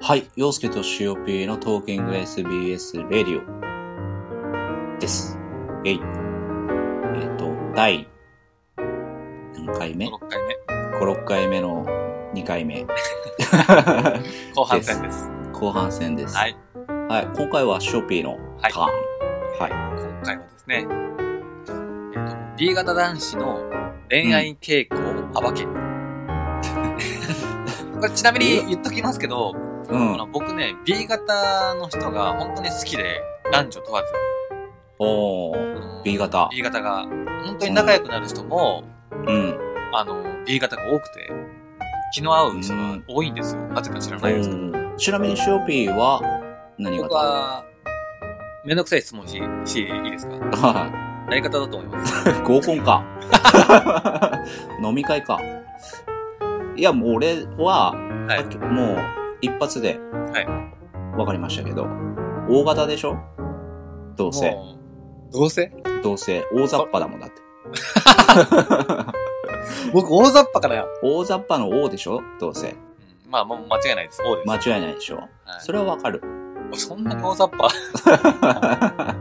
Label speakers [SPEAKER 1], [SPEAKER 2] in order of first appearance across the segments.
[SPEAKER 1] はい。洋介としおぴーのトーキング SBS レディオです。えい。えっ、と、第何回目 ?5、
[SPEAKER 2] 6
[SPEAKER 1] 6回
[SPEAKER 2] 回目、
[SPEAKER 1] 目の2回 目。
[SPEAKER 2] 後半戦です。
[SPEAKER 1] 後半戦です。
[SPEAKER 2] はい。
[SPEAKER 1] はい。今回はしおぴーのタ
[SPEAKER 2] はい
[SPEAKER 1] ーン。は
[SPEAKER 2] 今回はですね、えーと B 型男子の恋愛傾向を暴け。 これちなみに言っときますけど、
[SPEAKER 1] い。う
[SPEAKER 2] あ
[SPEAKER 1] ん
[SPEAKER 2] の。僕ね、B 型の人が本当に好きで、男女問わず、
[SPEAKER 1] おー。
[SPEAKER 2] あの
[SPEAKER 1] B 型。
[SPEAKER 2] B 型が本当に仲良くなる人も、
[SPEAKER 1] うん。
[SPEAKER 2] あの、B 型が多くて、気の合う人が多いんですよ。なぜか知らないですけど。
[SPEAKER 1] うんちなみにしおぴーは何
[SPEAKER 2] 僕
[SPEAKER 1] 型
[SPEAKER 2] は、めんどくさい質問ししていいですか
[SPEAKER 1] は
[SPEAKER 2] 何型だと思います
[SPEAKER 1] い。合コンか。 飲み会か。いや、もう俺は、
[SPEAKER 2] は
[SPEAKER 1] さ
[SPEAKER 2] い
[SPEAKER 1] っきもう一発で、わかりましたけど、大型でしょどうせ。
[SPEAKER 2] もうどうせ
[SPEAKER 1] どうせ。大雑把だもんだって。
[SPEAKER 2] 僕大雑把からや。
[SPEAKER 1] 大雑把の王でしょどうせ。
[SPEAKER 2] うんまあ、もう間違いないです。王です。
[SPEAKER 1] 間違いないでしょ
[SPEAKER 2] はい
[SPEAKER 1] それはわかる。
[SPEAKER 2] そんなに大雑把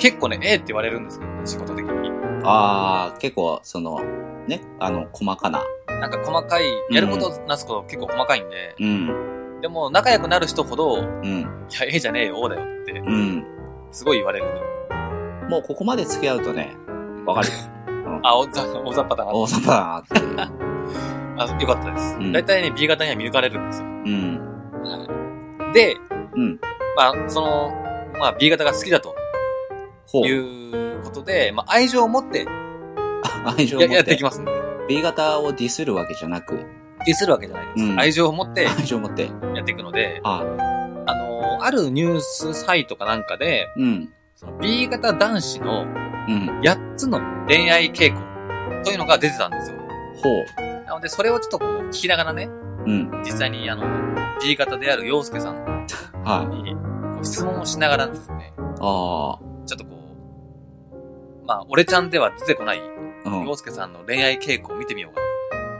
[SPEAKER 2] 結構ね、ええって言われるんですけどね、仕事的に。
[SPEAKER 1] あー、結構、その、ね、あの、細かな。
[SPEAKER 2] なんか細かい、やることなすこと結構細かいんで、
[SPEAKER 1] うん、
[SPEAKER 2] でも仲良くなる人ほど、い
[SPEAKER 1] うん、
[SPEAKER 2] や、ええじゃねえよ、王だよって、
[SPEAKER 1] うん。
[SPEAKER 2] すごい言われる。
[SPEAKER 1] もうここまで付き合うとね、わ かる。
[SPEAKER 2] あ、大雑大雑把だな
[SPEAKER 1] 大雑把だなっていう。
[SPEAKER 2] あ。よかったです。
[SPEAKER 1] うん
[SPEAKER 2] 大体ね、B 型には見抜かれるんですよ。
[SPEAKER 1] うん、
[SPEAKER 2] はいで、
[SPEAKER 1] うん。
[SPEAKER 2] まあ、その、まあ、B 型が好きだと
[SPEAKER 1] ほう
[SPEAKER 2] い。うことで、まあ、愛情を持って
[SPEAKER 1] 愛情を
[SPEAKER 2] や
[SPEAKER 1] 持
[SPEAKER 2] や
[SPEAKER 1] っ
[SPEAKER 2] ってい
[SPEAKER 1] て
[SPEAKER 2] き。ますんで。
[SPEAKER 1] B 型をディスるわけじゃなく、
[SPEAKER 2] ディスるわけじゃないです。
[SPEAKER 1] うん
[SPEAKER 2] 愛情を持って
[SPEAKER 1] 愛情を持って。
[SPEAKER 2] やっていくので、
[SPEAKER 1] あ、
[SPEAKER 2] あの、あるニュースサイトかなんかで、
[SPEAKER 1] うん、
[SPEAKER 2] その B 型男子の
[SPEAKER 1] うん。
[SPEAKER 2] 8つの恋愛傾向というのが出てたんですよ。
[SPEAKER 1] ほ
[SPEAKER 2] なので、それをちょっとこう聞きながらね、
[SPEAKER 1] う。うん。
[SPEAKER 2] 実際にあの、B 型である洋介さん
[SPEAKER 1] はい。
[SPEAKER 2] にこう質問をしながらですね、
[SPEAKER 1] あ
[SPEAKER 2] ちょっとこう、まあ、俺ちゃんでは出てこない
[SPEAKER 1] あ、うん
[SPEAKER 2] 洋。介さんの恋愛傾向を見てみようか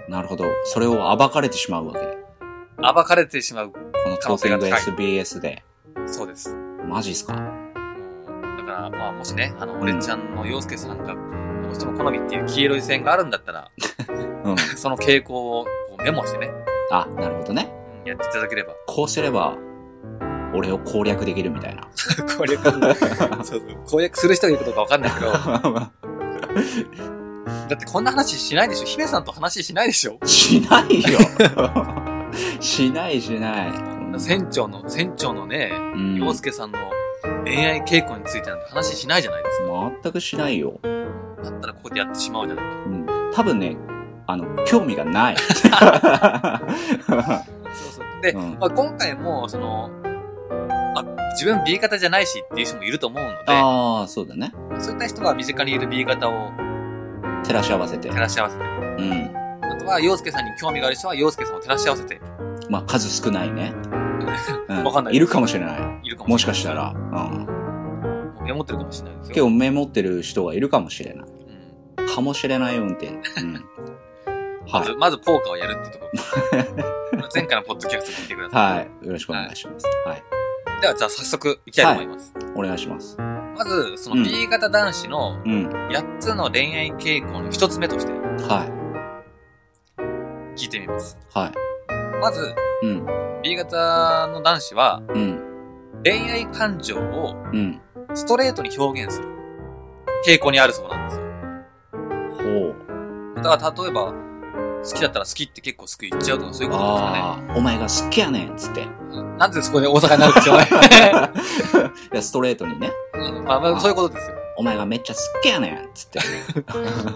[SPEAKER 1] なるほど。それを暴かれてしまうわけ。
[SPEAKER 2] な。暴かれてしまう。
[SPEAKER 1] このト
[SPEAKER 2] 可
[SPEAKER 1] ー
[SPEAKER 2] 能
[SPEAKER 1] キ
[SPEAKER 2] 性
[SPEAKER 1] ン
[SPEAKER 2] が
[SPEAKER 1] グ
[SPEAKER 2] 高い
[SPEAKER 1] SBS で。
[SPEAKER 2] そうです。
[SPEAKER 1] マジっすか
[SPEAKER 2] だから、まあ、もしね、あの、俺ちゃんの洋介さんが、どうしても好みっていう黄色い線があるんだった ら、
[SPEAKER 1] うん。
[SPEAKER 2] その傾向をこうメモしてね、
[SPEAKER 1] あ、なるほどね。
[SPEAKER 2] やっていただければ。
[SPEAKER 1] こうすれば、俺を攻略できるみたいな。
[SPEAKER 2] 攻略、 そうそう、攻略する人がいるかどうかわかんないけ ど、だってこんな話しないでしょ姫さんと話しないでしょ
[SPEAKER 1] しないよ。しないしない。
[SPEAKER 2] 船長の、船長のね、
[SPEAKER 1] うん
[SPEAKER 2] 洋介さんの恋愛傾向についてなんて話しないじゃないです
[SPEAKER 1] 全くしないよ。
[SPEAKER 2] か。だったらここでやってしまうじゃないか。
[SPEAKER 1] うん。多分ね、あの、興味がない。
[SPEAKER 2] そうそう。で、
[SPEAKER 1] うん
[SPEAKER 2] まあ、今回も、その、あ、自分 B 型じゃないしっていう人もいると思うので、
[SPEAKER 1] ああ、そうだね。
[SPEAKER 2] そういった人が身近にいる B 型を
[SPEAKER 1] 照らし合わせて。
[SPEAKER 2] 照らし合わせて、
[SPEAKER 1] うん。
[SPEAKER 2] あとは洋介さんに興味がある人は洋介さんを照らし合わせて
[SPEAKER 1] まあ、数少ないね。う
[SPEAKER 2] わかんない
[SPEAKER 1] いるかもしれない。
[SPEAKER 2] いるかも
[SPEAKER 1] も
[SPEAKER 2] し
[SPEAKER 1] し
[SPEAKER 2] れ
[SPEAKER 1] か
[SPEAKER 2] ない。
[SPEAKER 1] したら。うん。
[SPEAKER 2] ら。メモってるかもしれないです
[SPEAKER 1] 今
[SPEAKER 2] よ。
[SPEAKER 1] 日メモってる人がいるかもしれない。
[SPEAKER 2] 日、
[SPEAKER 1] かもしれない運 転。うん。
[SPEAKER 2] ま
[SPEAKER 1] は
[SPEAKER 2] ず、
[SPEAKER 1] い。
[SPEAKER 2] まずポーカーをやるってと ころ。前回のポッドキャスト聞いてください。
[SPEAKER 1] はい。よろしくお願いします。はい。
[SPEAKER 2] では、じゃあ早速いきたいと思います。
[SPEAKER 1] お願いします。
[SPEAKER 2] まず、そうの
[SPEAKER 1] ん
[SPEAKER 2] B 型男子の
[SPEAKER 1] うん。
[SPEAKER 2] 8つの恋愛傾向の1つ目として
[SPEAKER 1] は
[SPEAKER 2] 聞いてみます。
[SPEAKER 1] い。は
[SPEAKER 2] まず、
[SPEAKER 1] い。うん。
[SPEAKER 2] B 型の男子は
[SPEAKER 1] うん。
[SPEAKER 2] 恋愛感情を
[SPEAKER 1] うん。
[SPEAKER 2] ストレートに表現する傾向にあるそうなんですよ。
[SPEAKER 1] ほう。
[SPEAKER 2] だから例えば、好きだったら好きって結構好き言っちゃうとかそういうことですかね。
[SPEAKER 1] ああ、お前が好きやねんつ って。い
[SPEAKER 2] なんでそこで大阪になる必要ない
[SPEAKER 1] や、ストレートにね。
[SPEAKER 2] うんまあまあ、そういうことですよ。
[SPEAKER 1] お前がめっちゃ好きやねんつ って。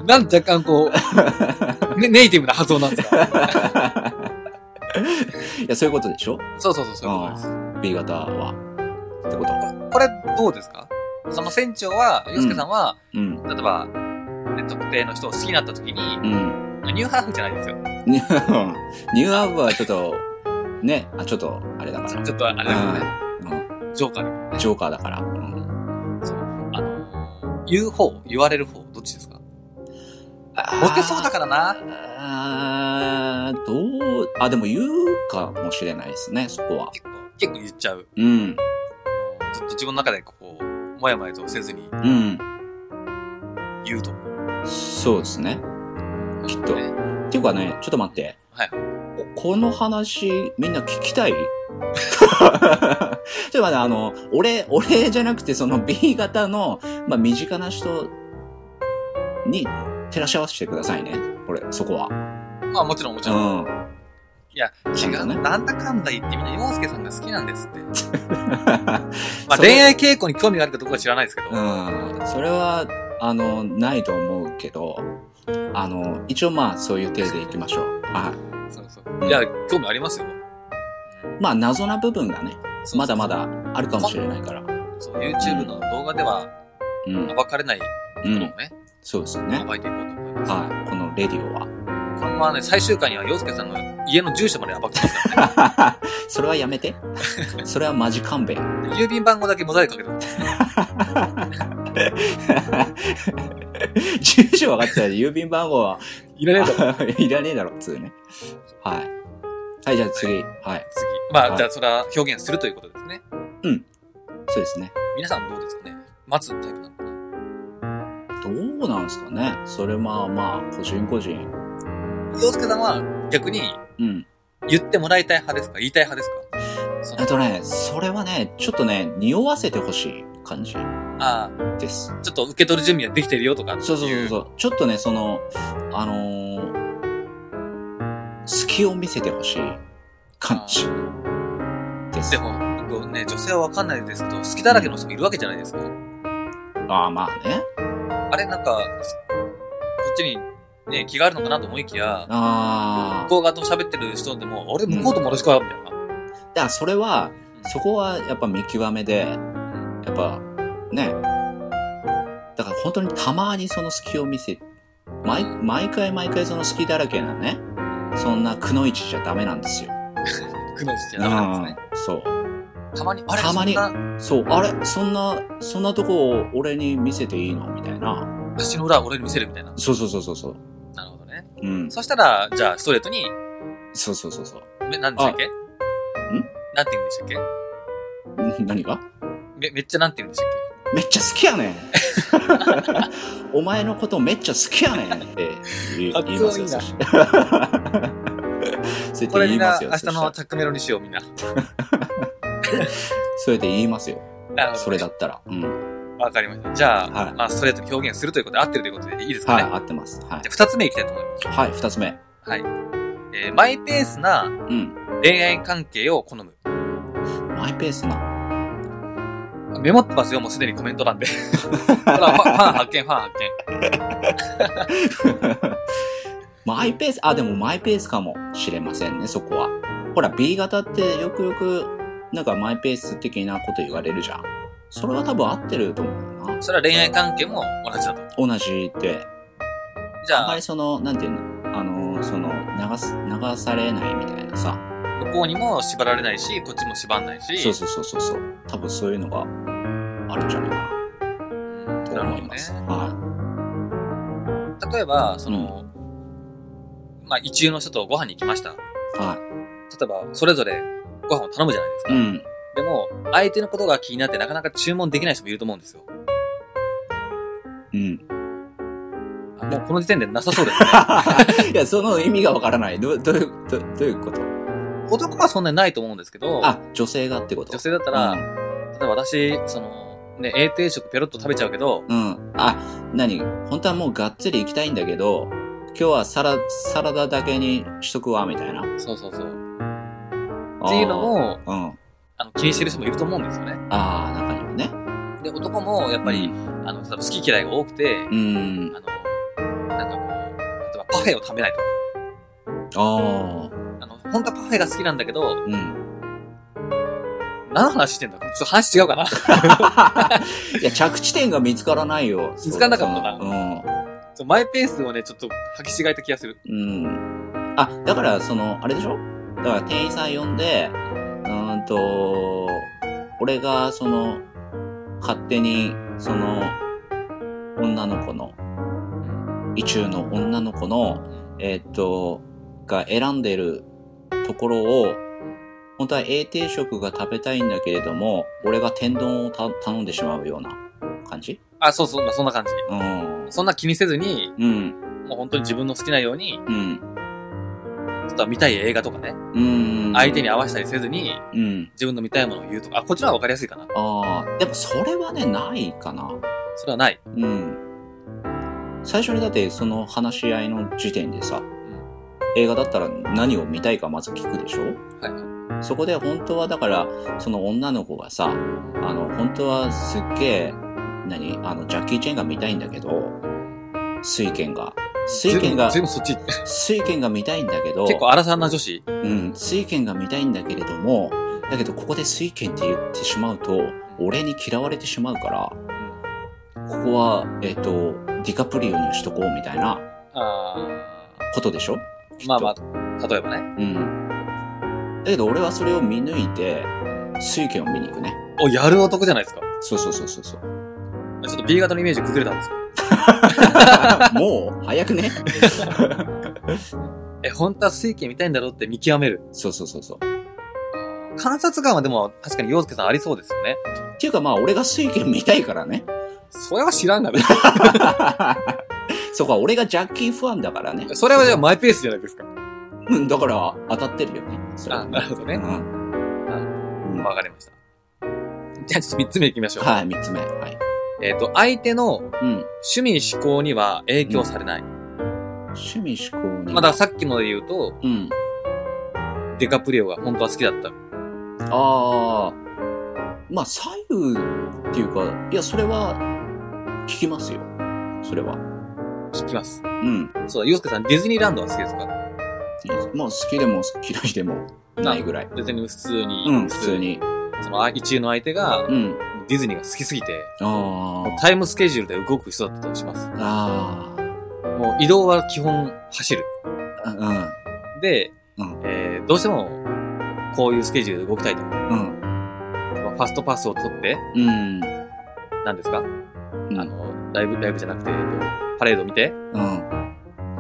[SPEAKER 2] なんで若干こ う、ねネイティブな発音なんですか
[SPEAKER 1] いや、そういうことでしょ
[SPEAKER 2] そうそうそう、そういうことです。
[SPEAKER 1] ?B 型は。ってこと
[SPEAKER 2] これ、これどうですかその船長は、洋介さんは、
[SPEAKER 1] うん。
[SPEAKER 2] 例えば、ね特定の人を好きになった時に、
[SPEAKER 1] うん。
[SPEAKER 2] ニューハーフじゃないですよ。
[SPEAKER 1] ニュー ニューアーブはちょっと、ね、あ、ちょっと、あれだから。
[SPEAKER 2] ちょっとあれだけどね、
[SPEAKER 1] うん
[SPEAKER 2] ジョーカーだか
[SPEAKER 1] ジョーカーだから。うん
[SPEAKER 2] ら。そう。あのー、言う方、言われる方、どっちですかボケそうだからな。
[SPEAKER 1] あーあーどう、あ、でも言うかもしれないですね、そこは。
[SPEAKER 2] 結構結構言っちゃう。
[SPEAKER 1] うん。
[SPEAKER 2] ずっと自分の中でこう、もやもやとせずに
[SPEAKER 1] うん。
[SPEAKER 2] 言うと思う。
[SPEAKER 1] そうですね。きっと
[SPEAKER 2] ね
[SPEAKER 1] っていうかね、ちょっと待って。
[SPEAKER 2] はい。
[SPEAKER 1] ここの話、みんな聞きたい ちょっと待って、あの、俺、俺じゃなくて、その B 型の、まあ、身近な人に照らし合わせてくださいね。これ、そこは。
[SPEAKER 2] まあもちろんもち
[SPEAKER 1] う
[SPEAKER 2] ろん。
[SPEAKER 1] ん。
[SPEAKER 2] いや、違
[SPEAKER 1] そうだ
[SPEAKER 2] う、
[SPEAKER 1] ね
[SPEAKER 2] なんだかんだ言ってみんな洋介さんが好きなんで すって。まあ
[SPEAKER 1] それ
[SPEAKER 2] 恋愛傾向に興味があるかどうかは知らないですけど。
[SPEAKER 1] うん。それは、あの、ないと思うけど、あの、一応まあ、そういう体でいきましょう。は
[SPEAKER 2] そうそう。いや、興味ありますよ。
[SPEAKER 1] い。まあ、謎な部分がね、
[SPEAKER 2] そう
[SPEAKER 1] まだま。だあるかもしれないから。
[SPEAKER 2] そう、YouTube の動画では
[SPEAKER 1] うん。
[SPEAKER 2] 暴かれないうもの
[SPEAKER 1] ん
[SPEAKER 2] を。ね、
[SPEAKER 1] そうですよね。
[SPEAKER 2] 暴いていこうと思います。
[SPEAKER 1] はい。このレディオは。
[SPEAKER 2] このままね、最終回には洋介さんの家の住所まで暴く ますからね。
[SPEAKER 1] それはやめて。それはマジ勘弁。
[SPEAKER 2] 郵便番号だけモザイクかけておく
[SPEAKER 1] 住所分かってたら郵便番号は
[SPEAKER 2] いらねえと。
[SPEAKER 1] いらねえだろ、普通ね。はい。はい、じゃあ次。はい。
[SPEAKER 2] 次。まあ、
[SPEAKER 1] はい
[SPEAKER 2] じゃあそれは表現するということですね。
[SPEAKER 1] そうですね。
[SPEAKER 2] 皆さんどうですかね待つタイプなのかな
[SPEAKER 1] どうなんですかね。それまあまあ、個人個人。
[SPEAKER 2] 洋介さんは逆に
[SPEAKER 1] うん。
[SPEAKER 2] 言ってもらいたい派ですか言いたい派ですかそ
[SPEAKER 1] えっ
[SPEAKER 2] の
[SPEAKER 1] とね、それはね、ちょっとね、匂わせてほしい感じ
[SPEAKER 2] あ
[SPEAKER 1] です。
[SPEAKER 2] あ、ちょっと受け取る準備ができてるよとかってい
[SPEAKER 1] そうそうそうそう。ちょっとね、その、あのー、隙を見せてほしい感じです。
[SPEAKER 2] でも、こうね、女性はわかんないですけど、好きだらけの人もいるわけじゃないですか。
[SPEAKER 1] ああ、まあね。
[SPEAKER 2] あれ、なんか、こっちにね、気があるのかなと思いきや、
[SPEAKER 1] ああ
[SPEAKER 2] 向。こう側と喋ってる人でも、俺向こうともよろしくはみたい
[SPEAKER 1] だ
[SPEAKER 2] な。
[SPEAKER 1] からそれは、そ
[SPEAKER 2] こ
[SPEAKER 1] こはやっぱ見極めで、やっぱ、ね。だから本当にたまにその隙を見せ、毎毎回毎回その隙だらけなね、そんなくのいちじゃダメなんですよ。
[SPEAKER 2] くの字じゃダメなんですね。
[SPEAKER 1] うんそう。
[SPEAKER 2] たまに、あれ
[SPEAKER 1] たまに
[SPEAKER 2] そんな
[SPEAKER 1] そう、あれそんな、そんなとこを俺に見せていいのみたいな。
[SPEAKER 2] 足の裏を俺に見せるみたいな。
[SPEAKER 1] そうそうそうそうそう。
[SPEAKER 2] なるほどね。
[SPEAKER 1] うん。
[SPEAKER 2] そしたら、じゃあ、ストレートに、
[SPEAKER 1] そうそうそう そう。
[SPEAKER 2] め、なんでしたっけんなんて言うんでしたっけ
[SPEAKER 1] ん何が
[SPEAKER 2] め、めっちゃなんて言うんでしたっ
[SPEAKER 1] めっちゃ好きやねんお前のことめっちゃ好きやねんって言い
[SPEAKER 2] あ
[SPEAKER 1] 言いますよ、そ
[SPEAKER 2] 強い
[SPEAKER 1] してそう
[SPEAKER 2] けこ
[SPEAKER 1] やって言い
[SPEAKER 2] れみん
[SPEAKER 1] ま
[SPEAKER 2] な、
[SPEAKER 1] すよ。
[SPEAKER 2] 明日の
[SPEAKER 1] そ
[SPEAKER 2] タックメロにしよう、みんな。
[SPEAKER 1] そうやって言いますよ。
[SPEAKER 2] なるほど。
[SPEAKER 1] それだ。ったら。うん。はい、
[SPEAKER 2] わかりました。じゃあ、
[SPEAKER 1] はい
[SPEAKER 2] まあ、ストレートに表現するということで合ってるということでいいですかね。
[SPEAKER 1] 合ってます。はい
[SPEAKER 2] じゃ。あ、二つ目いきたいと思います。
[SPEAKER 1] はい、二つ目。
[SPEAKER 2] はい。えーマイペースな
[SPEAKER 1] うん。
[SPEAKER 2] 恋愛関係を好む。
[SPEAKER 1] マイペースな。
[SPEAKER 2] メモってますよ、もうすでにコメント欄で。ほらファファン発見、ファン発
[SPEAKER 1] マイペース、あ、でもマイペースかもしれませんね、そこは。ほら、B 型ってよくよく、なんかマイペース的なこと言われるじゃん。それは多分合ってると思うよな
[SPEAKER 2] 見。。それは恋愛関係も同じだと。
[SPEAKER 1] 同じって。
[SPEAKER 2] じ
[SPEAKER 1] あん
[SPEAKER 2] ゃ
[SPEAKER 1] ま
[SPEAKER 2] あ
[SPEAKER 1] り、その、なんていうの、あの、その、流す、流されないみたいなさ。
[SPEAKER 2] 向こうにも縛られないし、こっちも縛らないし。
[SPEAKER 1] そうそうそうそうそう。多分そういうのがあるんじゃないか
[SPEAKER 2] うん
[SPEAKER 1] なと
[SPEAKER 2] なる
[SPEAKER 1] 思
[SPEAKER 2] ほ
[SPEAKER 1] い
[SPEAKER 2] どね
[SPEAKER 1] ま。す。は
[SPEAKER 2] 例えば、その、まあ、一流の人とご飯に行きました。例
[SPEAKER 1] い。は
[SPEAKER 2] えば、それぞれご飯を頼むじゃないですか。
[SPEAKER 1] い。うん。
[SPEAKER 2] でも、相手のことが気になってなかなか注文できない人もいると思うんですよ。
[SPEAKER 1] うん。
[SPEAKER 2] あもうこの時点でなさそうです、ね。
[SPEAKER 1] いや、その意味がわからない。ど、どういう、どどういうこと
[SPEAKER 2] 男はそんなにないと思うんですけど、
[SPEAKER 1] あ、女性がってこと
[SPEAKER 2] 女性だったら、例えば私、その、ね、A 定食ペロッと食べちゃうけど、
[SPEAKER 1] うん。うん。あ、何本当はもうがっつり行きたいんだけど、今日はサラ、サラダだけにしとくわ、みたいな。っ
[SPEAKER 2] そうそうそう。っていうの。も、
[SPEAKER 1] うん。あ
[SPEAKER 2] あの、気にしてる人もいると思うんですよね。
[SPEAKER 1] あー、中にはね。や
[SPEAKER 2] で、男も、やっぱり、、あの、例えば好き嫌いが多くて、
[SPEAKER 1] うん。
[SPEAKER 2] あの、なんかこう、例えばパフェを食べないと
[SPEAKER 1] ああ、
[SPEAKER 2] か、あの、本当はパフェが好きなんだけど、
[SPEAKER 1] うん。
[SPEAKER 2] 何の話してんだちょっと話違うかな
[SPEAKER 1] いや、着地点が見つからないよ。
[SPEAKER 2] 見つからなかった
[SPEAKER 1] な。
[SPEAKER 2] そうマイペースをね、ちょっと吐き違えた気がする。
[SPEAKER 1] うん。うん。あ、だから、その、あれでしょだから店員さん呼んで、うーんと、俺が、その、勝手に、その、女の子の、意中の女の子の、えーっと、が選んでるところを、本当は A 定食が食べたいんだけれども、俺が天丼をた頼んでしまうような感じ
[SPEAKER 2] あ、そうそう、そんな感じ。
[SPEAKER 1] うん。
[SPEAKER 2] そんな気にせずに、
[SPEAKER 1] うん。
[SPEAKER 2] もう本当に自分の好きなように、
[SPEAKER 1] うん。
[SPEAKER 2] ちょっと見たい映画とかね、
[SPEAKER 1] うん。
[SPEAKER 2] 相手に合わせたりせずに、
[SPEAKER 1] うん。
[SPEAKER 2] 自分の見たいものを言うとか、あ、こっちの方がわかりやすいかな。
[SPEAKER 1] ああ、でもそれはね、ないかな。
[SPEAKER 2] それはない。
[SPEAKER 1] うん。最初にだってその話し合いの時点でさ、映画だったら何を見たいかまず聞くでしょ
[SPEAKER 2] はいはい。
[SPEAKER 1] そこで本当はだから、その女の子がさ、あの、本当はすっげえ、何あの、ジャッキー・チェンが見たいんだけど、水拳が。水拳が
[SPEAKER 2] 随、分そっち、結
[SPEAKER 1] 水拳が見たいんだけど、
[SPEAKER 2] 構荒さんな女子。
[SPEAKER 1] うん、水拳が見たいんだけれども、だけどここで水拳って言ってしまうと、俺に嫌われてしまうから、ここは、えっ、と、ディカプリオにしとこうみたいな
[SPEAKER 2] あ
[SPEAKER 1] ことでしょ
[SPEAKER 2] ーまあまあ、例えばね。
[SPEAKER 1] うん。だけど俺はそれを見抜いて、水拳を見に行くね。
[SPEAKER 2] お、やる男じゃないですか。
[SPEAKER 1] そうそうそうそうそう。
[SPEAKER 2] ちょっと B 型のイメージ崩れたんですよ。
[SPEAKER 1] もう早くね
[SPEAKER 2] え、本当は水拳見たいんだろうって見極める。
[SPEAKER 1] そうそうそうそう。
[SPEAKER 2] 観察眼はでも確かに洋介さんありそうですよね。
[SPEAKER 1] っていうかまあ俺が水拳見たいから ね。
[SPEAKER 2] それは知らんがね。
[SPEAKER 1] そこは俺がジャッキーファンだからね。
[SPEAKER 2] それはじゃあマイペースじゃないですか。
[SPEAKER 1] うん、だから当たってるよね。それ
[SPEAKER 2] あ、なるほど
[SPEAKER 1] う
[SPEAKER 2] ね。
[SPEAKER 1] ん。うん
[SPEAKER 2] わかりました。じゃあちょっと三つ目いきましょう。
[SPEAKER 1] はい、三つ目。はい。
[SPEAKER 2] えっ、と、相手の
[SPEAKER 1] うん。
[SPEAKER 2] 趣味嗜好には影響されない。
[SPEAKER 1] 趣味嗜好に。
[SPEAKER 2] まあだからさっきので言うと、
[SPEAKER 1] うん。
[SPEAKER 2] デカプリオが本当は好きだった。
[SPEAKER 1] ああ。まあ、左右っていうか、いや、それは、聞きますよ。それは。
[SPEAKER 2] 聞きます。
[SPEAKER 1] うん。
[SPEAKER 2] そうだ、洋介さん、ディズニーランドは好きですか
[SPEAKER 1] まあ、好きでも嫌いでもないぐらい。
[SPEAKER 2] 別に普通に、
[SPEAKER 1] うん、普通。に。
[SPEAKER 2] その、あ一流の相手が、
[SPEAKER 1] うん。
[SPEAKER 2] ディズニーが好きすぎて、
[SPEAKER 1] ああ。
[SPEAKER 2] タイムスケジュールで動く人だったとします。
[SPEAKER 1] あ
[SPEAKER 2] もう移動は基本走る。
[SPEAKER 1] あ。
[SPEAKER 2] で、
[SPEAKER 1] うん
[SPEAKER 2] えー、どうしても、こういうスケジュールで動きたいと。ま
[SPEAKER 1] うん。うん。
[SPEAKER 2] あファストパスを取って、
[SPEAKER 1] うん。
[SPEAKER 2] 何ですか、
[SPEAKER 1] ん
[SPEAKER 2] あの、ライブ、ライブじゃなくて、えっとパレード見て、
[SPEAKER 1] うん。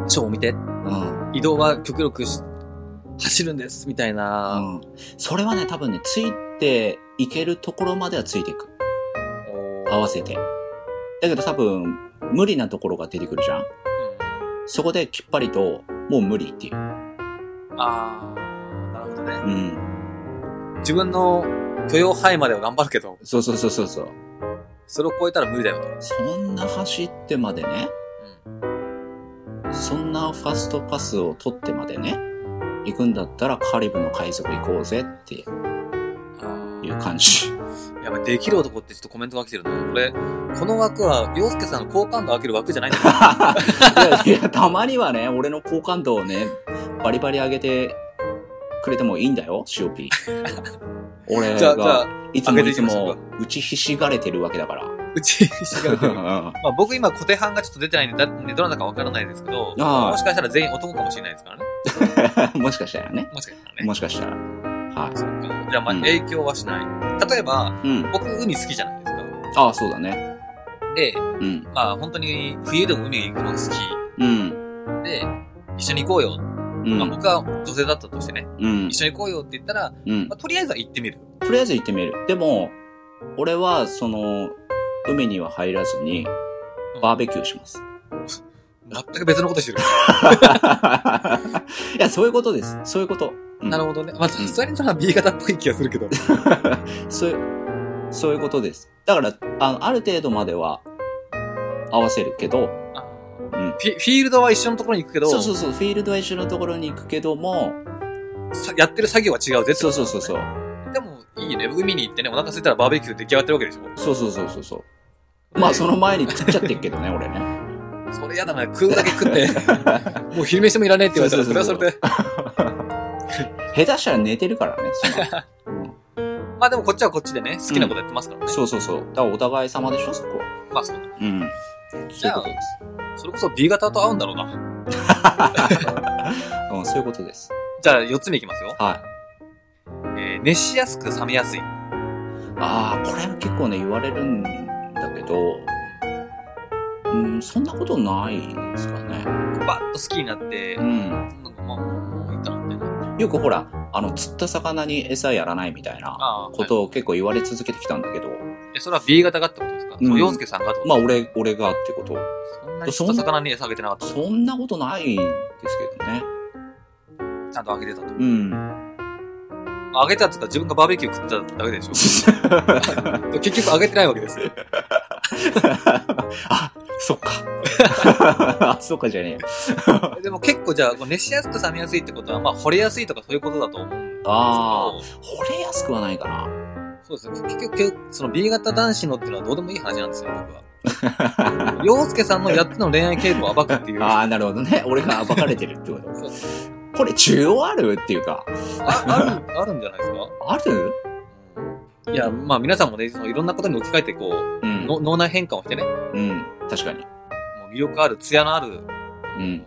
[SPEAKER 2] ショーを見て、
[SPEAKER 1] うん。
[SPEAKER 2] 移動は極力し走るんです、みたいな、
[SPEAKER 1] うん。それはね、多分ね、ついていけるところまではついていく。
[SPEAKER 2] おー
[SPEAKER 1] 合わせて。だけど多分、無理なところが出てくるじゃん。そこできっぱりと、もう無理っていう。
[SPEAKER 2] うんあー、なるほどね。
[SPEAKER 1] うん。
[SPEAKER 2] 自分の許容範囲までは頑張るけど、
[SPEAKER 1] そうそうそうそうそう。
[SPEAKER 2] それを超えたら無理だよと。
[SPEAKER 1] そんな走ってまでね、そんなファストパスを取ってまでね、行くんだったらカリブの海賊行こうぜっていう
[SPEAKER 2] あ
[SPEAKER 1] 感じ。
[SPEAKER 2] あ。やばい、できる男ってちょっとコメントが来てるな。これ、この枠は、洋介さんの好感度を上げる枠じゃないんだよ
[SPEAKER 1] いや、いやたまにはね、俺の好感度をね、バリバリ上げてくれてもいいんだよ、シオピー。 俺
[SPEAKER 2] じゃあ、じゃあ
[SPEAKER 1] が、、いつも
[SPEAKER 2] 上げて
[SPEAKER 1] い
[SPEAKER 2] い
[SPEAKER 1] つ
[SPEAKER 2] きましょう
[SPEAKER 1] も
[SPEAKER 2] か、
[SPEAKER 1] 打ちひしがれてるわけだから。
[SPEAKER 2] うち、違うけど。ま
[SPEAKER 1] あ
[SPEAKER 2] あ僕今、小手半がちょっと出てないんで、だでどなたかわからないですけど、
[SPEAKER 1] ああ
[SPEAKER 2] もしかしたら全員男かもしれないですからね。
[SPEAKER 1] あ もしかしたらね。
[SPEAKER 2] もしかしたらね。
[SPEAKER 1] もしかしたら。は
[SPEAKER 2] そうか。じゃあ、まあ、
[SPEAKER 1] うん
[SPEAKER 2] 影響はしない。例えば、
[SPEAKER 1] い。うん。
[SPEAKER 2] 僕、海好きじゃないですか。
[SPEAKER 1] ああ、そうだね。
[SPEAKER 2] で、
[SPEAKER 1] うん。
[SPEAKER 2] まあ、本当に、冬でも海行くのが好き。
[SPEAKER 1] うん。
[SPEAKER 2] で、一緒に行こうよ。
[SPEAKER 1] う
[SPEAKER 2] まあ、
[SPEAKER 1] ん。
[SPEAKER 2] 僕は女性だったとしてね、
[SPEAKER 1] うん
[SPEAKER 2] 一。緒に行こうよって言ったら、
[SPEAKER 1] うん
[SPEAKER 2] まあ、。とりあえずは行ってみる。
[SPEAKER 1] とりあえず行ってみる。でも、俺は、その、海には入らずに、バーベキューし ます。
[SPEAKER 2] 全く別のことしてる。
[SPEAKER 1] いや、そういうことです。そういうこと。
[SPEAKER 2] なる
[SPEAKER 1] ほ
[SPEAKER 2] ほどね。まあ、さすがにそれは B 型っぽい気がするけど。
[SPEAKER 1] ど。そういう、そういうことです。だから、あの、ある程度までは、合わせるけど、うん。
[SPEAKER 2] フィフィールドは一緒のところに行くけど、
[SPEAKER 1] そうそうそう、フィールドは一緒のところに行くけども、
[SPEAKER 2] さやってる作業は違うぜって
[SPEAKER 1] そう
[SPEAKER 2] こ
[SPEAKER 1] そ
[SPEAKER 2] と
[SPEAKER 1] うそうそう。
[SPEAKER 2] でも、いいね。海に行ってね、お腹空いたらバーベキュー出来上がってるわけでしょ。
[SPEAKER 1] そうそうそうそうそう。まあ、その前に食っちゃってるけどね、俺 ね。
[SPEAKER 2] それやだな。食うだけ 食って、もう昼飯もいらねえって言われたら、
[SPEAKER 1] そ
[SPEAKER 2] そ
[SPEAKER 1] う
[SPEAKER 2] れ
[SPEAKER 1] そう
[SPEAKER 2] は
[SPEAKER 1] そ
[SPEAKER 2] そうれで。
[SPEAKER 1] 下手したら寝てるからね、その 後
[SPEAKER 2] まあでもこっちはこっちでね、好きなことやってますからね。
[SPEAKER 1] そうそうそう。だからお互い様でしょ、そこは。
[SPEAKER 2] まあそうだ。
[SPEAKER 1] うん。
[SPEAKER 2] じ
[SPEAKER 1] そうい
[SPEAKER 2] ゃ
[SPEAKER 1] う
[SPEAKER 2] あ
[SPEAKER 1] ことです。
[SPEAKER 2] それこそ B 型と合うんだろうな。
[SPEAKER 1] うん、そういうことです。
[SPEAKER 2] じゃあ、四つ目いきますよ。
[SPEAKER 1] はい。
[SPEAKER 2] えー、熱しやすく冷めやすい。
[SPEAKER 1] ああ、これは結構ね、言われるんだけど、うん、そんなことないんですかね。
[SPEAKER 2] バッと好きになって
[SPEAKER 1] う、ん。
[SPEAKER 2] なんかまあ、もういいかなみたいな。
[SPEAKER 1] よくほら、あの、釣った魚に餌やらないみたいな
[SPEAKER 2] ああ、
[SPEAKER 1] こ
[SPEAKER 2] は
[SPEAKER 1] とを結構言われ続けてきたんだけど、
[SPEAKER 2] いえそれは B 型がってことですか、
[SPEAKER 1] うん
[SPEAKER 2] そう洋介さんがってこと
[SPEAKER 1] まあ、俺、俺がってこと。
[SPEAKER 2] そんなに釣った魚に餌あげてなかったの
[SPEAKER 1] そんなことないんですけどね。
[SPEAKER 2] ちゃんとあげてたと。
[SPEAKER 1] うん。
[SPEAKER 2] あげたって言ったら自分がバーベキュー食っただけでしょ 結局あげてないわけです よ。
[SPEAKER 1] あ、そっ か。あ、そっかじゃねえよ。
[SPEAKER 2] でも結構じゃあ、こう熱しやすく冷めやすいってことは、まあ、惚れやすいとかそういうことだと思うんですけど。
[SPEAKER 1] あ惚れやすくはないかな。
[SPEAKER 2] そうですね。結局、その B 型男子のっていうのはどうでもいい話なんですよ、僕 は。洋介さんのやっての恋愛傾向を暴くっていう。
[SPEAKER 1] ああ、なるほどね。 俺が暴かれてるってこと。
[SPEAKER 2] そう
[SPEAKER 1] これ需要あるっていうか、
[SPEAKER 2] あある、あるんじゃないですか
[SPEAKER 1] ある
[SPEAKER 2] いや、まあ皆さんもね、そのいろんなことに置き換えて、こう、
[SPEAKER 1] うん。
[SPEAKER 2] の脳内変換をしてね、も
[SPEAKER 1] うん。確かに。
[SPEAKER 2] う魅力ある、艶のある、
[SPEAKER 1] うん。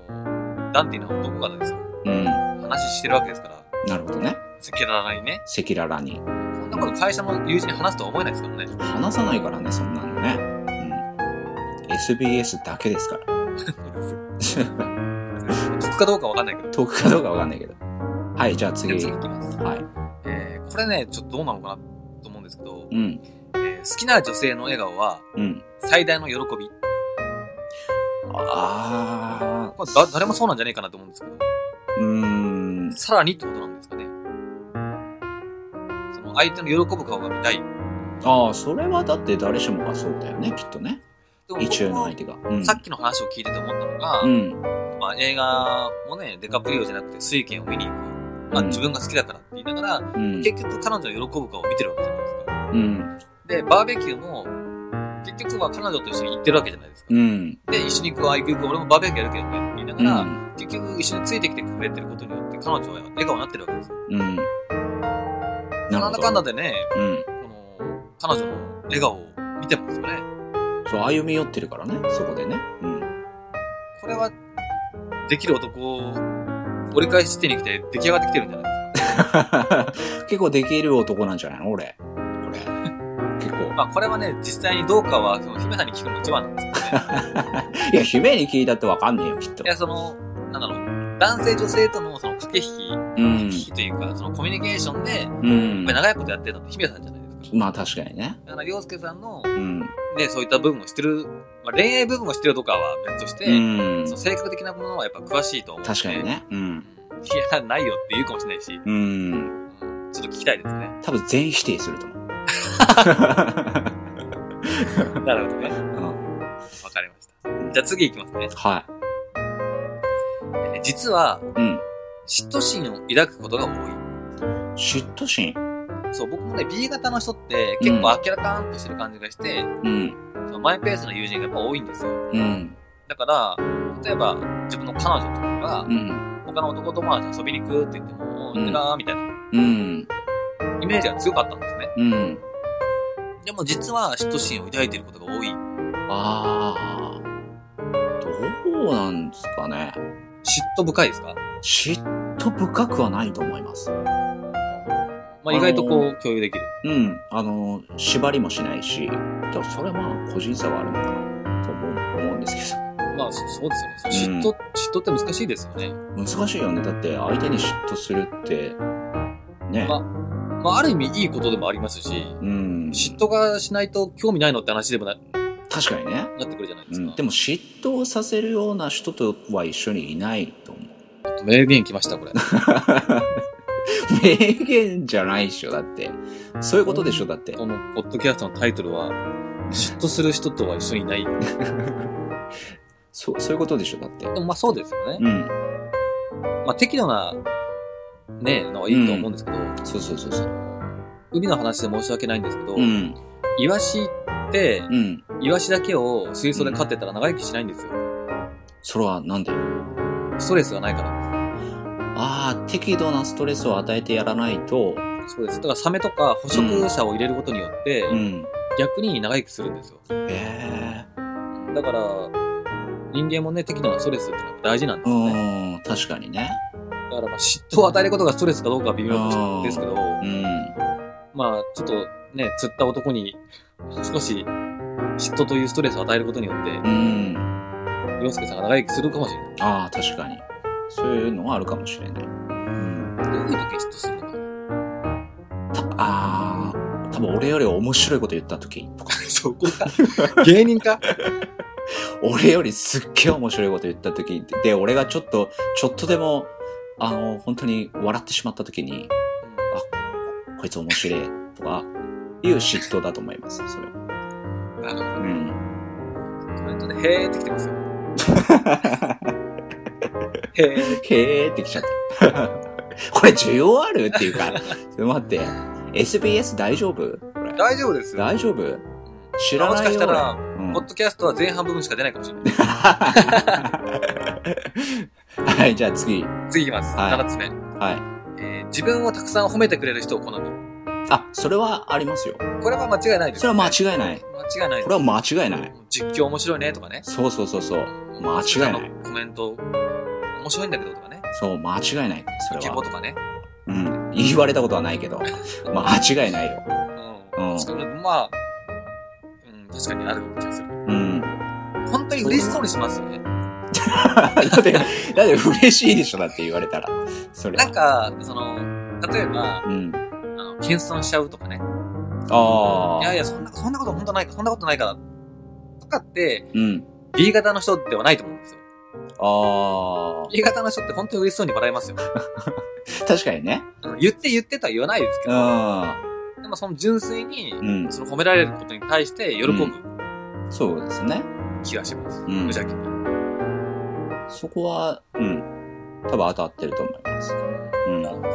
[SPEAKER 2] ダンディな男がですね、
[SPEAKER 1] うん。
[SPEAKER 2] 話してるわけですから、
[SPEAKER 1] なるほどね。
[SPEAKER 2] 赤裸々にね、
[SPEAKER 1] 赤裸々に。
[SPEAKER 2] こんなこと会社の友人に話すとは思えないですからね。
[SPEAKER 1] 話さないからね、そんなのね。うん。SBS だけですから。
[SPEAKER 2] 聞くかどうかわかんないけど。
[SPEAKER 1] 遠くかどうかわかんないけど。はい、じゃあ次。
[SPEAKER 2] 次行きます。
[SPEAKER 1] はい。
[SPEAKER 2] えー、これね、ちょっとどうなのかなと思うんですけど、
[SPEAKER 1] うん。
[SPEAKER 2] えー好きな女性の笑顔は
[SPEAKER 1] うん。
[SPEAKER 2] 最大の喜び。
[SPEAKER 1] ああ。
[SPEAKER 2] まあ、だ誰もそうなんじゃないかなと思うんですけど、
[SPEAKER 1] うーん。
[SPEAKER 2] さらにってことなんですかね。その相手の喜ぶ顔が見たい。で
[SPEAKER 1] ああ、それはだって誰しもがそうだよね、きっとね。
[SPEAKER 2] も僕
[SPEAKER 1] 一応の相手が。うん。
[SPEAKER 2] さっきの話を聞いてて思ったのが、
[SPEAKER 1] うん。
[SPEAKER 2] まあ、映画もね、デカプリオじゃなくて水拳を見に行く。まあ、
[SPEAKER 1] うん
[SPEAKER 2] 自分が好きだからって言いながら、
[SPEAKER 1] うん。
[SPEAKER 2] 結局彼女の喜ぶ顔を見てるわけじゃないですか。
[SPEAKER 1] うん。
[SPEAKER 2] で、バーベキューも、結局は彼女と一緒に行ってるわけじゃないですか。
[SPEAKER 1] うん。
[SPEAKER 2] で、一緒に行くわ、行く行く、俺もバーベキューやるけどねって言いなが
[SPEAKER 1] う
[SPEAKER 2] ら、
[SPEAKER 1] ん。
[SPEAKER 2] 結局一緒についてきてくれてることによって彼女は笑顔になってるわけですよ。
[SPEAKER 1] うん。なる
[SPEAKER 2] な
[SPEAKER 1] ほ
[SPEAKER 2] んだ
[SPEAKER 1] ど。
[SPEAKER 2] かんだでね、
[SPEAKER 1] うん。
[SPEAKER 2] この、彼女の笑顔を見てますよね。
[SPEAKER 1] そう、歩み寄ってるからね、そこでね。うん。
[SPEAKER 2] これは、できる男を折り返し地点に来て出来上がってきてるんじゃないですか。
[SPEAKER 1] 結構できる男なんじゃないの俺。これ。結構。
[SPEAKER 2] まあこれはね、実際にどうかは、その、姫さんに聞くのが一番なんですけどね。
[SPEAKER 1] いや、姫に聞いたってわかんねえよ、きっと
[SPEAKER 2] い。や、その、なんだろう、男性女性とのその駆け引き、
[SPEAKER 1] う
[SPEAKER 2] 駆
[SPEAKER 1] ん
[SPEAKER 2] け。引きというか、そのコミュニケーションで、やっぱ
[SPEAKER 1] うん
[SPEAKER 2] り。長いことやってるのって姫さんじゃないですか。
[SPEAKER 1] まあ確かにね。
[SPEAKER 2] だから、洋介さんの、
[SPEAKER 1] うん。
[SPEAKER 2] ね、そういった部分を知ってる、まあ恋愛部分を知ってるとかは別として、
[SPEAKER 1] うん
[SPEAKER 2] そ。の性格的なものはやっぱ詳しいと思うんで。
[SPEAKER 1] 確かにね。うん。
[SPEAKER 2] いや、ないよって言うかもしれないし、
[SPEAKER 1] うん。
[SPEAKER 2] うんちょっと聞きたい ですね。
[SPEAKER 1] 多分全否定すると思う。
[SPEAKER 2] なるほどね。
[SPEAKER 1] うん
[SPEAKER 2] わかりました。じゃあ次行きますね。
[SPEAKER 1] は
[SPEAKER 2] えー実は、
[SPEAKER 1] い。うん。
[SPEAKER 2] 嫉妬心を抱くことが多い。
[SPEAKER 1] 嫉妬心。
[SPEAKER 2] そう、僕もね、B 型の人って結構明らかんとしてる感じがして、
[SPEAKER 1] うん。
[SPEAKER 2] そのマイペースな友人がやっぱ多いんですよ。
[SPEAKER 1] うん。
[SPEAKER 2] だから、例えば、自分の彼女とかが
[SPEAKER 1] う、ん。
[SPEAKER 2] 他の男友達と遊びに行くって言っても、お
[SPEAKER 1] うん
[SPEAKER 2] ー、てらーみたいな
[SPEAKER 1] うん。
[SPEAKER 2] イメージが強かったんですね。
[SPEAKER 1] うん。
[SPEAKER 2] でも実は嫉妬心を抱いていることが多い。嫉
[SPEAKER 1] ああ。どうなんですかね。
[SPEAKER 2] 妬深いですか
[SPEAKER 1] 嫉妬深くはないと思います。
[SPEAKER 2] まあ意外とこう共有できる。
[SPEAKER 1] うん。あの、縛りもしないし、だからそれはまあ個人差はあるのかなと思う思うんですけど。
[SPEAKER 2] まあそそうですよね。そう嫉妬、嫉妬って難しいですよね。
[SPEAKER 1] 難しいよね。だって相手に嫉妬するって、ね。
[SPEAKER 2] まあまあある意味いいことでもありますし、
[SPEAKER 1] うん。
[SPEAKER 2] 嫉妬がしないと興味ないのって話でもな
[SPEAKER 1] 確かにね。
[SPEAKER 2] なってくるじゃないで
[SPEAKER 1] う
[SPEAKER 2] すか。
[SPEAKER 1] ん。でも嫉妬をさせるような人とは一緒にいないと思う。
[SPEAKER 2] 名言来ま した、これ。
[SPEAKER 1] 名言じゃないっしょ。だって。そういうことでしょ。だって。
[SPEAKER 2] このポッドキャストのタイトルは、嫉妬する人とは一緒にいない。で
[SPEAKER 1] そう、そういうことでしょ。だって。
[SPEAKER 2] もまあそうですよね。
[SPEAKER 1] うん。
[SPEAKER 2] まあ適度な、ね、のはいいと思うんですけど、
[SPEAKER 1] そうそうそうそう。
[SPEAKER 2] 海の話で申し訳ないんですけど、
[SPEAKER 1] うん。
[SPEAKER 2] イワシって、
[SPEAKER 1] うん。
[SPEAKER 2] イワシだけを水槽で飼ってたら長生きしないんですよ。
[SPEAKER 1] それはなんで
[SPEAKER 2] ストレスがないから
[SPEAKER 1] ああ、適度なストレスを与えてやらないと、
[SPEAKER 2] です。そうです。だからサメとか捕食者を入れることによって、
[SPEAKER 1] うん。
[SPEAKER 2] 逆に長生きするんですよ。
[SPEAKER 1] ええ
[SPEAKER 2] だから、人間もね、適度なストレスっていうのは大事なんですよね。
[SPEAKER 1] うん、確かにね。
[SPEAKER 2] だからまあ嫉妬を与えることがストレスかどうかは微妙ですけど、
[SPEAKER 1] うん。
[SPEAKER 2] まあちょっとね、釣った男に少し嫉妬というストレスを与えることによって、
[SPEAKER 1] うん。
[SPEAKER 2] 洋介さんが長生きするかもしれない。
[SPEAKER 1] ああ、確かに。そういうのはあるかもしれない。うん。
[SPEAKER 2] どういう時に嫉妬するのかな
[SPEAKER 1] たあー多分俺より面白いこと言った時とか、
[SPEAKER 2] そこか。芸人 か
[SPEAKER 1] 俺よりすっげえ面白いこと言った時で、俺がちょっと、ちょっとでも、あの、本当に笑ってしまった時に、こいつ面白いとか、いう嫉妬だと思います、それは。
[SPEAKER 2] なるほ
[SPEAKER 1] う
[SPEAKER 2] どね。
[SPEAKER 1] ん。
[SPEAKER 2] コメントで、へーってきてますよ。へー。
[SPEAKER 1] へーってきちゃった。 これ需要あるっていうか、ちょっと待って、SBS 大丈夫これ
[SPEAKER 2] 大丈夫ですよ。
[SPEAKER 1] 大丈夫知ら
[SPEAKER 2] も
[SPEAKER 1] な
[SPEAKER 2] し
[SPEAKER 1] いよ。
[SPEAKER 2] かしたら、
[SPEAKER 1] 俺、うん
[SPEAKER 2] ポッドキャストは前半部分しか出ないかもし れない。
[SPEAKER 1] はい、じゃあ次。
[SPEAKER 2] 次いきます。
[SPEAKER 1] はい
[SPEAKER 2] 7つ目。
[SPEAKER 1] はい。
[SPEAKER 2] えー自分をたくさん褒めてくれる人を好む。
[SPEAKER 1] あ、それはありますよ。
[SPEAKER 2] これは間違いないです、
[SPEAKER 1] それは間違いない。
[SPEAKER 2] 間違いない
[SPEAKER 1] これは間違いない。
[SPEAKER 2] 実況面白いねとかね。
[SPEAKER 1] そうそうそうそう。間違いない。
[SPEAKER 2] コメント、面白いんだけどとかね。
[SPEAKER 1] そう、間違いない。そ
[SPEAKER 2] イ
[SPEAKER 1] れ
[SPEAKER 2] ケボ
[SPEAKER 1] は。
[SPEAKER 2] とかね。
[SPEAKER 1] うん。言われたことはないけど。間違いないよ。
[SPEAKER 2] うん。
[SPEAKER 1] うん
[SPEAKER 2] 確かにまあ、うん、確かにある気がする。
[SPEAKER 1] うん。
[SPEAKER 2] 本当に嬉しそうにしますよね。
[SPEAKER 1] だって、だって嬉しいでしょだって言われたら。それ
[SPEAKER 2] なん。か、その、例えば、
[SPEAKER 1] うん。
[SPEAKER 2] あの、謙遜しちゃうとかね。
[SPEAKER 1] あ
[SPEAKER 2] いや
[SPEAKER 1] あ
[SPEAKER 2] い。や、そんな、そんなこと本当ないか、そんなことないから。とかって、
[SPEAKER 1] うん。
[SPEAKER 2] B 型の人ではないと思うんですよ。
[SPEAKER 1] あ
[SPEAKER 2] B 型の人って本当に嬉しそうに笑いますよ。
[SPEAKER 1] あ。確かにね。
[SPEAKER 2] うん言って言ってとは言わないですけ
[SPEAKER 1] う
[SPEAKER 2] ど、
[SPEAKER 1] ん。
[SPEAKER 2] でもその純粋に、
[SPEAKER 1] うん。
[SPEAKER 2] その褒められることに対して喜ぶ
[SPEAKER 1] そうですね。
[SPEAKER 2] 気がします。
[SPEAKER 1] ん
[SPEAKER 2] 無邪気に。
[SPEAKER 1] そこは、うん。多分当たってると思います。うん
[SPEAKER 2] な。るほど。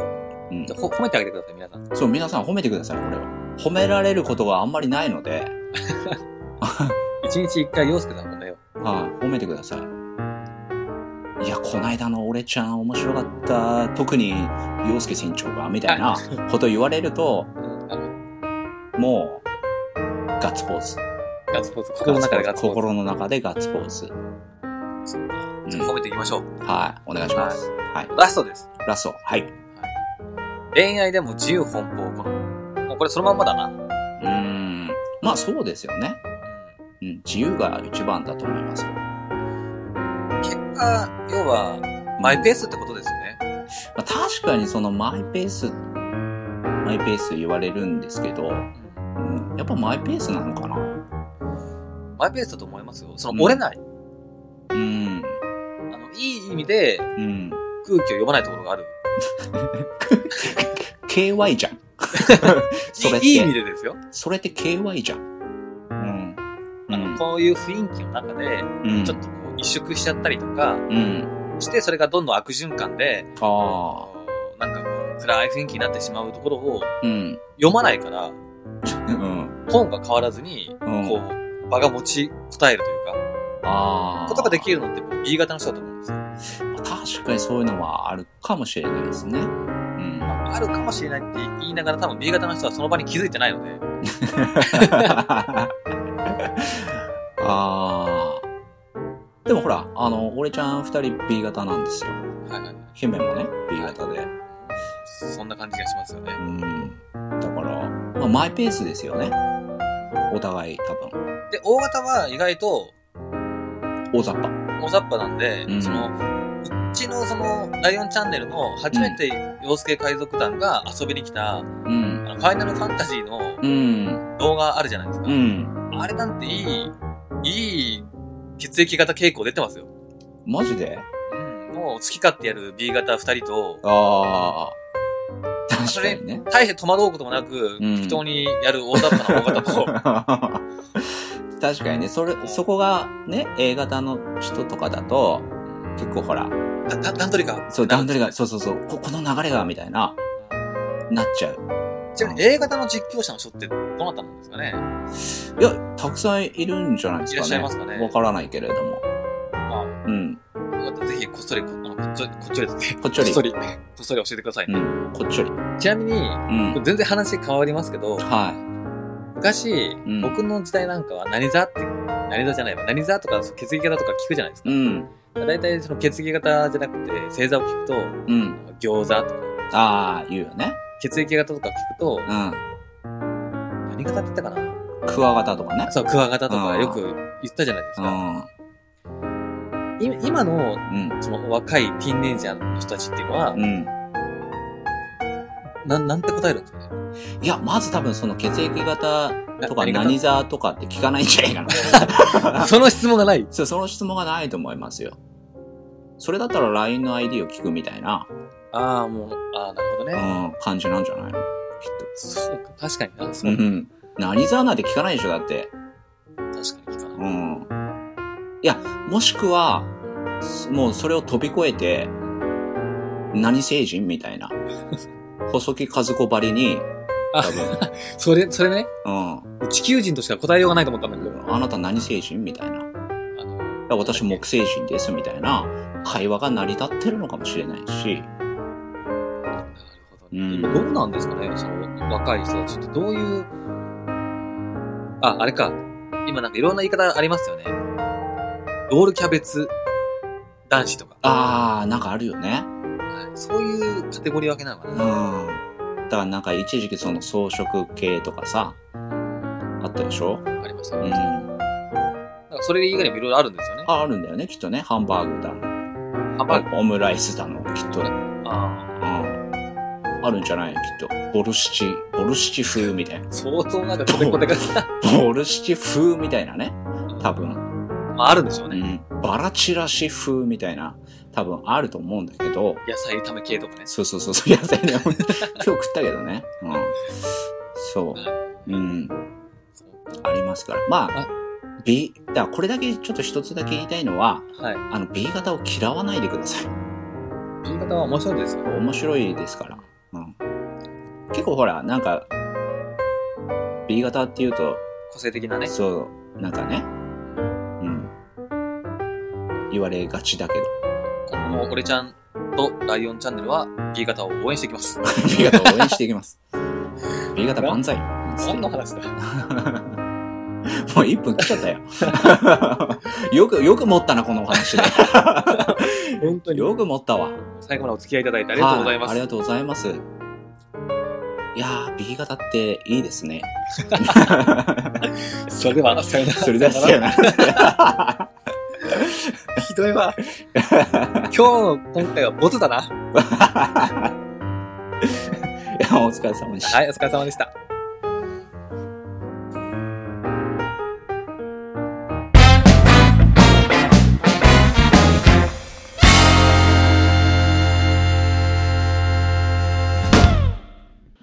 [SPEAKER 1] うん
[SPEAKER 2] じゃあ、ほ褒めてあげてください、皆さん。
[SPEAKER 1] そう、皆さん褒めてください、これは。褒められることがあんまりないので、
[SPEAKER 2] 一日一回、洋介さん褒めよ
[SPEAKER 1] はい、褒めてください。いや、こないだの俺ちゃん面白かった。特に、洋介船長が、みたいなこと言われると、
[SPEAKER 2] う。うん、なるほ
[SPEAKER 1] もう、ガッツポーズ。
[SPEAKER 2] ど。ガッツポーズ。心の中でガッツポーズ。
[SPEAKER 1] 心の中でガッツポーズ。
[SPEAKER 2] そうか
[SPEAKER 1] うん
[SPEAKER 2] じゃあ褒めていきましょう。
[SPEAKER 1] はい、お願いします。はい、
[SPEAKER 2] ラストです。
[SPEAKER 1] ラスト、はい。
[SPEAKER 2] 恋愛でも自由奔放を好む。もうこれそのまんまだな。うん
[SPEAKER 1] うーん、まあそうですよね。うん、自由が一番だと思いますよ。
[SPEAKER 2] 結果、要は、マイペースってことですよね。
[SPEAKER 1] まあ、確かにそのマイペース、マイペース言われるんですけど、うん、やっぱマイペースなのかな
[SPEAKER 2] マイペースだと思いますよ。その、折れない。
[SPEAKER 1] うん、
[SPEAKER 2] あの、いい意味で
[SPEAKER 1] うん。
[SPEAKER 2] 空気を読まないところがある。
[SPEAKER 1] KY じゃん。それっ
[SPEAKER 2] いいい意味
[SPEAKER 1] て、
[SPEAKER 2] でですよ。
[SPEAKER 1] それって KY じゃん。うん。
[SPEAKER 2] あの、こういう雰囲気の中で、
[SPEAKER 1] うん、
[SPEAKER 2] ちょっとこう、萎縮しちゃったりとか、
[SPEAKER 1] うん。
[SPEAKER 2] して、それがどんどん悪循環で、
[SPEAKER 1] あ
[SPEAKER 2] なんかこう、暗い雰囲気になってしまうところを
[SPEAKER 1] あ、うん。
[SPEAKER 2] 読まないから、
[SPEAKER 1] うん。
[SPEAKER 2] 本が変わらずに、
[SPEAKER 1] うん
[SPEAKER 2] こう、場が持ちこたえるというか、
[SPEAKER 1] ああ。
[SPEAKER 2] ことができるのって僕 B 型の人だと思うんですよ。
[SPEAKER 1] 確かにそういうのはあるかもしれないですね。うん。
[SPEAKER 2] あるかもしれないって言いながら多分 B 型の人はその場に気づいてないので、
[SPEAKER 1] ああ。でもほら、あの、俺ちゃん二人 B 型なんですよ。
[SPEAKER 2] はいはい、
[SPEAKER 1] 姫もね、B 型で。
[SPEAKER 2] そんな感じがしますよね
[SPEAKER 1] う。ん。だから、まあ、マイペースですよね。お互い多分。
[SPEAKER 2] で、O 型は意外と
[SPEAKER 1] 大雑把。
[SPEAKER 2] 大雑把なんで、
[SPEAKER 1] うん
[SPEAKER 2] その、うちのその、ライオンチャンネルの初めて洋介海賊団が遊びに来た、
[SPEAKER 1] うん。
[SPEAKER 2] あのファイナルファンタジーの
[SPEAKER 1] うん。
[SPEAKER 2] 動画あるじゃないですか。
[SPEAKER 1] うん。
[SPEAKER 2] あれなんていい、いい血液型傾向出てますよ。
[SPEAKER 1] マジで
[SPEAKER 2] うん。もう好き勝手やる B 型二人と、
[SPEAKER 1] ああ。確かにね。
[SPEAKER 2] 大変戸惑うこともなく、
[SPEAKER 1] うん
[SPEAKER 2] 適当にやる大雑把 な O 型と、
[SPEAKER 1] 確かにね、それ、そこがね、A 型の人とかだと、結構ほら、
[SPEAKER 2] だだ段取りか。
[SPEAKER 1] そう、段取りが、
[SPEAKER 2] そ
[SPEAKER 1] そうそうそう、ここの流れが、みたいな、なっちゃう。
[SPEAKER 2] ちなみに A 型の実況者の人ってどなたなんですかね
[SPEAKER 1] いや、たくさんいるんじゃないです
[SPEAKER 2] い
[SPEAKER 1] かね。
[SPEAKER 2] らっしゃいますかね
[SPEAKER 1] わからないけれども。
[SPEAKER 2] ま
[SPEAKER 1] うん。
[SPEAKER 2] あ、よかったらぜひこっそり、こあのこっちょり、こっちょりですね
[SPEAKER 1] こっちょり
[SPEAKER 2] こっそり、こっそり教えてください、
[SPEAKER 1] うん。こっちより。う
[SPEAKER 2] ちなみに、
[SPEAKER 1] ん。
[SPEAKER 2] 全然話変わりますけど、
[SPEAKER 1] は
[SPEAKER 2] 昔、
[SPEAKER 1] ん
[SPEAKER 2] 僕の時代なんかは何座って、何座じゃないわ、何座とか血液型とか聞くじゃないですか
[SPEAKER 1] い。う。ん。
[SPEAKER 2] 大体その血液型じゃなくて星座を聞くと
[SPEAKER 1] うん。
[SPEAKER 2] 餃子とか
[SPEAKER 1] ああ、言うよね。
[SPEAKER 2] 血液型とか聞くと
[SPEAKER 1] うん。
[SPEAKER 2] 何型って言ったかな
[SPEAKER 1] クワガタとかね。
[SPEAKER 2] そうクワ型と
[SPEAKER 1] あ
[SPEAKER 2] か
[SPEAKER 1] ー
[SPEAKER 2] よく言ったじゃないです
[SPEAKER 1] う
[SPEAKER 2] か
[SPEAKER 1] ん。
[SPEAKER 2] い今の
[SPEAKER 1] うん。
[SPEAKER 2] その若いティーンエイジャーの人たちっていうのは
[SPEAKER 1] うん。
[SPEAKER 2] なん、なんて答えるんですかね。
[SPEAKER 1] いや、まず多分その血液型とか
[SPEAKER 2] な何型
[SPEAKER 1] 何座とかって聞かないんじゃないか な。
[SPEAKER 2] その質問がない。
[SPEAKER 1] そうその質問がないと思いますよ。それだったら LINE の ID を聞くみたいな、
[SPEAKER 2] ああ、もう、ああ、なるほど
[SPEAKER 1] う
[SPEAKER 2] ね。
[SPEAKER 1] ん、感じなんじゃないのきっ
[SPEAKER 2] そうか、確かにな。
[SPEAKER 1] と。
[SPEAKER 2] そうう、
[SPEAKER 1] ん。何座なんて聞かないでしょ、だって。
[SPEAKER 2] 確かにか
[SPEAKER 1] う
[SPEAKER 2] な。
[SPEAKER 1] ん。いや、もしくは、もうそれを飛び越えて、何星人みたい な。細木和子ばりに、
[SPEAKER 2] あ
[SPEAKER 1] 多分、
[SPEAKER 2] それ、それね、
[SPEAKER 1] うん。
[SPEAKER 2] 地球人としか答えようがないと思ったんだけど、
[SPEAKER 1] あなた何星人みたいな。
[SPEAKER 2] あの、
[SPEAKER 1] いや私木星人ですみたいな会話が成り立ってるのかもしれないし、
[SPEAKER 2] なるほどね。
[SPEAKER 1] うん
[SPEAKER 2] 今どうなんですかね、その若い人たちってどういう、あ、あれか。今なんかいろんな言い方ありますよね。ロールキャベツ男子とか。
[SPEAKER 1] あー、なんかあるよね。
[SPEAKER 2] はいそういうカテゴリー分けなのか
[SPEAKER 1] うん。
[SPEAKER 2] な。
[SPEAKER 1] だからなんか一時期その装飾系とかさ、あったでしょ
[SPEAKER 2] ありました
[SPEAKER 1] う
[SPEAKER 2] ね。
[SPEAKER 1] ん。
[SPEAKER 2] なん
[SPEAKER 1] あ、
[SPEAKER 2] かそれ以外にもいろいろあるんですよね。
[SPEAKER 1] あるんだよね、きっとね。ハンバーグだの。
[SPEAKER 2] ハンバー
[SPEAKER 1] オムライスだの、きっと。うん。
[SPEAKER 2] グ。あ
[SPEAKER 1] あるんじゃないのきっと。ボルシチ、ボルシチ風みたいな
[SPEAKER 2] あ。。相当なんかコテコテが、
[SPEAKER 1] ボルシチ風みたいなね。多分。
[SPEAKER 2] まああるんでしょう
[SPEAKER 1] う
[SPEAKER 2] ね。
[SPEAKER 1] ん。バラチラシ風みたいな。多分あると思うんだけど。
[SPEAKER 2] 野菜炒め系とかね。
[SPEAKER 1] そうそうそうそう、野菜ね。 今日食ったけどね。うん。そ。
[SPEAKER 2] はいう
[SPEAKER 1] うん。
[SPEAKER 2] そう
[SPEAKER 1] ありますから。まあ
[SPEAKER 2] あ、
[SPEAKER 1] B、だからこれだけちょっと一つだけ言いたいのは、
[SPEAKER 2] はい。
[SPEAKER 1] あの、B 型を嫌わないでください。
[SPEAKER 2] 言い方は面白いですよ。
[SPEAKER 1] 面白いですから。うん。結構ほら、なんか、B 型っていうと、
[SPEAKER 2] 個性的なね。
[SPEAKER 1] そう、なんかね、うん。言われがちだけど、
[SPEAKER 2] 今後も俺ちゃんとライオンチャンネルは B 型を応援してい きます。
[SPEAKER 1] B 型を応援していき ます。B 型万歳。
[SPEAKER 2] 何の話だ
[SPEAKER 1] もう1分来ちゃったよ。よ く、よく持ったな、このお話で。
[SPEAKER 2] 本当
[SPEAKER 1] よく持ったわ。
[SPEAKER 2] 最後までお付き合いいただいてありがとうございま
[SPEAKER 1] はあ
[SPEAKER 2] す。
[SPEAKER 1] りがとうございます。いやー、B 型っていいですね。
[SPEAKER 2] それでは、さよなら。
[SPEAKER 1] それだすよな。
[SPEAKER 2] ひどいわ。 今日の、今回はボツだな。
[SPEAKER 1] いやお疲れ様でした。
[SPEAKER 2] はい、お疲れ様でした。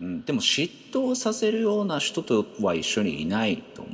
[SPEAKER 1] うん、でも嫉妬をさせるような人とは一緒にいないと